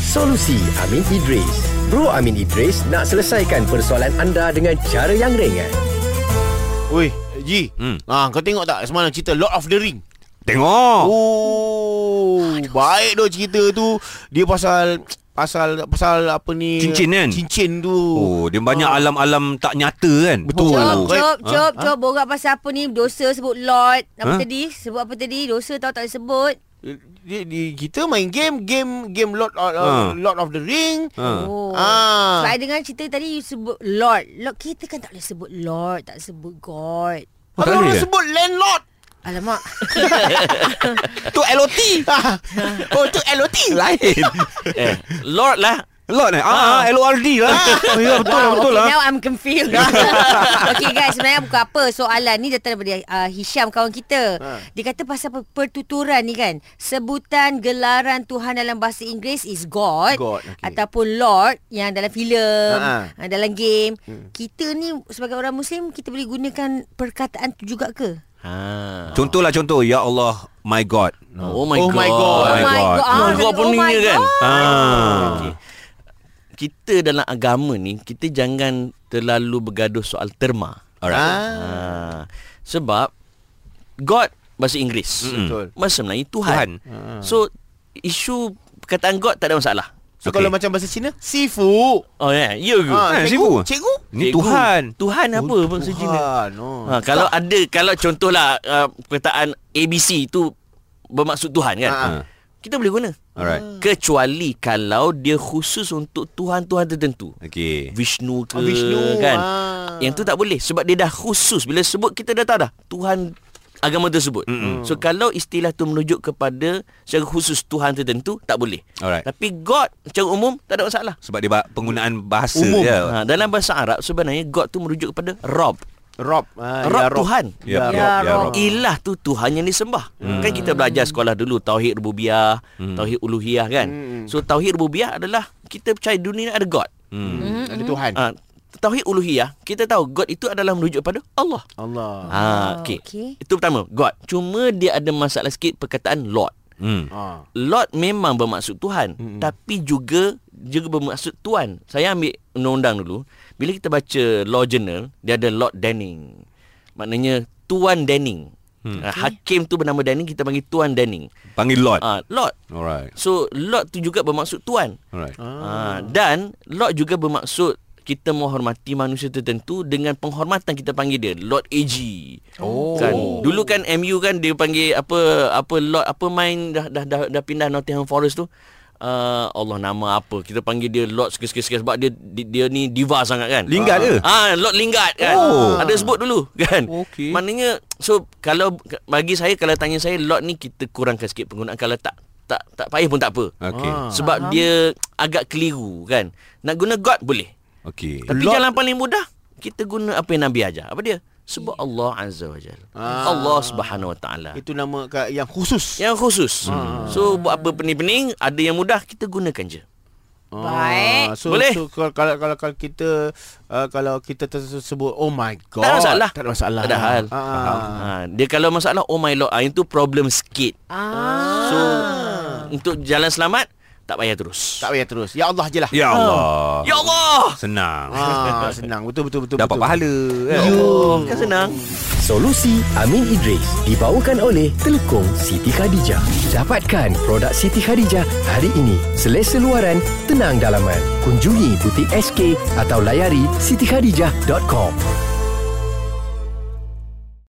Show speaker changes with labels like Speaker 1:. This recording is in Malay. Speaker 1: Solusi Amin Idris Bro Amin Idris nak selesaikan persoalan anda dengan cara yang ringan
Speaker 2: Oi, Ji.
Speaker 3: Hmm.
Speaker 2: Hmm. Ah, kau tengok tak semalam cerita Lord of the Ring?
Speaker 3: Tengok.
Speaker 2: Oh, baik doh cerita tu. Dia pasal pasal pasal apa ni?
Speaker 3: Cincin kan?
Speaker 2: Cincin tu.
Speaker 3: Oh, dia banyak alam-alam tak nyata kan?
Speaker 2: Ah. Betul.
Speaker 4: Jom,
Speaker 2: Oh.
Speaker 4: jom,
Speaker 2: Ha?
Speaker 4: jom, jom. Borak pasal apa ni? Dosa sebut Lord. Apa
Speaker 3: Ha?
Speaker 4: tadi? Sebut apa tadi? Dosa tahu tak boleh sebut.
Speaker 2: Dia, dia, kita main game game game Lord of,
Speaker 3: Ah.
Speaker 2: uh. Lord of the Ring.
Speaker 3: Ha.
Speaker 4: Oh.
Speaker 2: Ah.
Speaker 4: Sebab I dengar cerita tadi you sebut Lord. Lord kita kan tak boleh sebut Lord, tak sebut God.
Speaker 3: Oh, tak
Speaker 2: Kalau
Speaker 3: boleh
Speaker 2: orang
Speaker 3: ke?
Speaker 2: sebut landlord.
Speaker 4: Alamak.
Speaker 2: Tu LOT.
Speaker 3: Ha.
Speaker 2: oh, tu LOT. Lain.
Speaker 5: eh, Lord lah
Speaker 3: Lord eh? Ah, ah, LORD lah. Oh, ya, betul lah,
Speaker 4: Wow,
Speaker 3: betul
Speaker 4: okay,
Speaker 3: lah.
Speaker 4: Now I'm confused. okay guys, sebenarnya bukan apa. Soalan ni datang daripada uh, Hisham kawan kita.
Speaker 2: Ha.
Speaker 4: Dia kata pasal per- pertuturan ni kan. Sebutan gelaran Tuhan dalam bahasa Inggeris is God,
Speaker 2: God, okay.
Speaker 4: ataupun Lord yang dalam filem,
Speaker 2: Ha, Hmm.
Speaker 4: uh, dalam game. Kita ni sebagai orang muslim kita boleh gunakan perkataan tu juga ke?
Speaker 5: ha.
Speaker 3: Contohlah contoh. Ya Allah, my God.
Speaker 5: Oh my
Speaker 2: Oh
Speaker 5: god
Speaker 2: my God.
Speaker 3: Oh my God.
Speaker 4: Ah,
Speaker 5: Oh God pun
Speaker 4: oh my
Speaker 5: ni kan?
Speaker 4: God.
Speaker 3: Ah.
Speaker 5: Okey. Kita dalam agama ni Kita jangan terlalu bergaduh soal terma
Speaker 2: Ah.
Speaker 3: Alright.
Speaker 5: ha. Sebab God bahasa Inggeris
Speaker 3: Hmm.
Speaker 2: Betul.
Speaker 5: Bahasa Melayu Tuhan,
Speaker 2: Ah.
Speaker 5: Tuhan. So isu perkataan God tak ada masalah
Speaker 2: So
Speaker 3: Okay.
Speaker 2: okay. kalau macam bahasa Cina, sifu.
Speaker 5: Oh ya, yeah. you good.
Speaker 2: Ah,
Speaker 3: Eh,
Speaker 2: cikgu,
Speaker 3: sifu.
Speaker 2: cikgu.
Speaker 3: Ni
Speaker 5: Cikgu.
Speaker 3: Tuhan.
Speaker 5: Tuhan apa oh, bahasa Cina?
Speaker 3: Ah,
Speaker 2: Tuhan. Oh.
Speaker 5: Ha, kalau ada kalau contohlah uh, perkataan ABC itu bermaksud Tuhan kan.
Speaker 2: Ah.
Speaker 5: Ha. Kita boleh guna.
Speaker 3: Alright.
Speaker 2: Hmm.
Speaker 5: Kecuali kalau dia khusus untuk tuhan-tuhan tertentu.
Speaker 3: Okey.
Speaker 5: Vishnu
Speaker 2: Oh,
Speaker 5: ke
Speaker 2: Vishnu,
Speaker 5: kan.
Speaker 2: ah.
Speaker 5: Yang tu tak boleh sebab dia dah khusus. Bila sebut kita dah tahu dah Tuhan agama tersebut. Mm-mm. So kalau istilah tu merujuk kepada secara khusus Tuhan tertentu tak boleh.
Speaker 3: Alright.
Speaker 5: Tapi God secara umum tak ada masalah.
Speaker 3: Sebab dia ba- penggunaan bahasa
Speaker 2: Umum.
Speaker 3: dia.
Speaker 5: Ha, dalam bahasa Arab sebenarnya God tu merujuk kepada Rob.
Speaker 2: Rob. Ah,
Speaker 5: Rob Tuhan.
Speaker 2: Ya,
Speaker 3: Ya, ya, ya, Rob.
Speaker 4: Rob.
Speaker 5: Ilah tu Tuhan yang disembah. Hmm. Kan kita belajar sekolah dulu tauhid rububiyah, hmm. tauhid uluhiyah kan. Hmm. So tauhid rububiyah adalah kita percaya dunia ni ada God.
Speaker 2: Hmm.
Speaker 3: Hmm.
Speaker 2: Ada Tuhan.
Speaker 5: Ha, tauhid uluhiyah, kita tahu God itu adalah merujuk pada Allah.
Speaker 2: Allah.
Speaker 5: Ha, okey.
Speaker 4: okey.
Speaker 5: Itu pertama, God. Cuma dia ada masalah sikit perkataan Lord.
Speaker 3: Hmm.
Speaker 2: Ah.
Speaker 5: Lord memang bermaksud Tuhan mm-hmm. tapi juga juga bermaksud tuan. Saya ambil undang-undang dulu. Bila kita baca law journal, dia ada Lord Denning. Maknanya tuan Denning. Hmm. Okay. Hakim tu bernama Denning kita panggil tuan Denning.
Speaker 3: Panggil Lord.
Speaker 5: Ah, Lord.
Speaker 3: Alright.
Speaker 5: So Lord tu juga bermaksud tuan.
Speaker 3: Alright.
Speaker 5: Ah. dan Lord juga bermaksud kita menghormati manusia tertentu dengan penghormatan kita panggil dia Lord AG. Oh. Kan dulu kan MU kan dia panggil apa apa Lord apa main dah dah dah, dah pindah Nottingham Forest tu. Uh, Allah nama apa kita panggil dia Lord sikit-sikit sebab dia, dia dia ni diva sangat kan.
Speaker 3: Lingard ke?
Speaker 5: Ah, Lord Lingard kan.
Speaker 3: Oh.
Speaker 5: Ada sebut dulu kan.
Speaker 3: Okey.
Speaker 5: Maknanya so kalau bagi saya kalau tanya saya Lord ni kita kurangkan sikit penggunaan kalau tak tak tak payah pun tak apa.
Speaker 3: Okey.
Speaker 2: Ah.
Speaker 5: Sebab Faham. dia agak keliru kan. Nak guna God boleh.
Speaker 3: Okey.
Speaker 5: Tapi
Speaker 2: Lord-
Speaker 5: Lord. jalan paling mudah kita guna apa yang Nabi ajar. Apa dia? Sebut Allah Azza wa Jal.
Speaker 2: Ah.
Speaker 5: Allah Subhanahu wa Taala.
Speaker 2: Itu nama ka- yang khusus.
Speaker 5: Yang khusus.
Speaker 2: Ah.
Speaker 5: So buat apa pening-pening, ada yang mudah kita gunakan je.
Speaker 2: Ah,
Speaker 4: Baik.
Speaker 2: so,
Speaker 5: Boleh.
Speaker 2: So, kalau, kalau, kalau, kalau kita uh, kalau kita tersebut oh my god.
Speaker 5: Tak ada masalah.
Speaker 2: Tak ada masalah.
Speaker 5: Tak ada hal.
Speaker 2: Ah.
Speaker 5: Ha, dia kalau masalah oh my lord, ah itu problem sikit.
Speaker 4: Ah.
Speaker 5: So untuk jalan selamat tak payah terus.
Speaker 2: Tak payah terus. Ya Allah je lah.
Speaker 3: Ya Allah.
Speaker 5: Ya Allah.
Speaker 3: Senang.
Speaker 2: Ah, senang. Betul betul betul.
Speaker 3: Dapat
Speaker 2: betul.
Speaker 3: pahala. Ya.
Speaker 2: Oh.
Speaker 5: Kan senang.
Speaker 1: Solusi Amin Idris dibawakan oleh Telukong Siti Khadijah. Dapatkan produk Siti Khadijah hari ini. Selesa luaran, tenang dalaman. Kunjungi butik SK atau layari sitikhadijah.com.